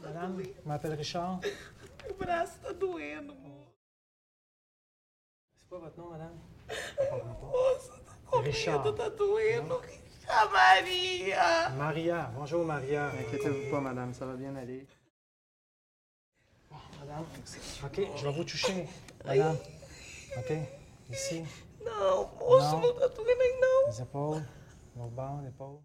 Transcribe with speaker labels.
Speaker 1: Marianne. Je m'appelle Richard.
Speaker 2: Meu braço tá doendo, amor.
Speaker 1: C'est quoi votre nom, madame?
Speaker 2: Nossa, tô com
Speaker 1: Richard.
Speaker 2: medo, tá doendo. A Maria!
Speaker 1: Maria. Bonjour, Maria.
Speaker 3: Inquiétez-vous pas, madame, ça va bien aller.
Speaker 1: Madame. OK, je vais vous toucher, madame. OK, ici,
Speaker 2: Não, moço,
Speaker 1: Não.
Speaker 2: não tá doendo aí não.
Speaker 1: les épaules, nos bas, l'épaule.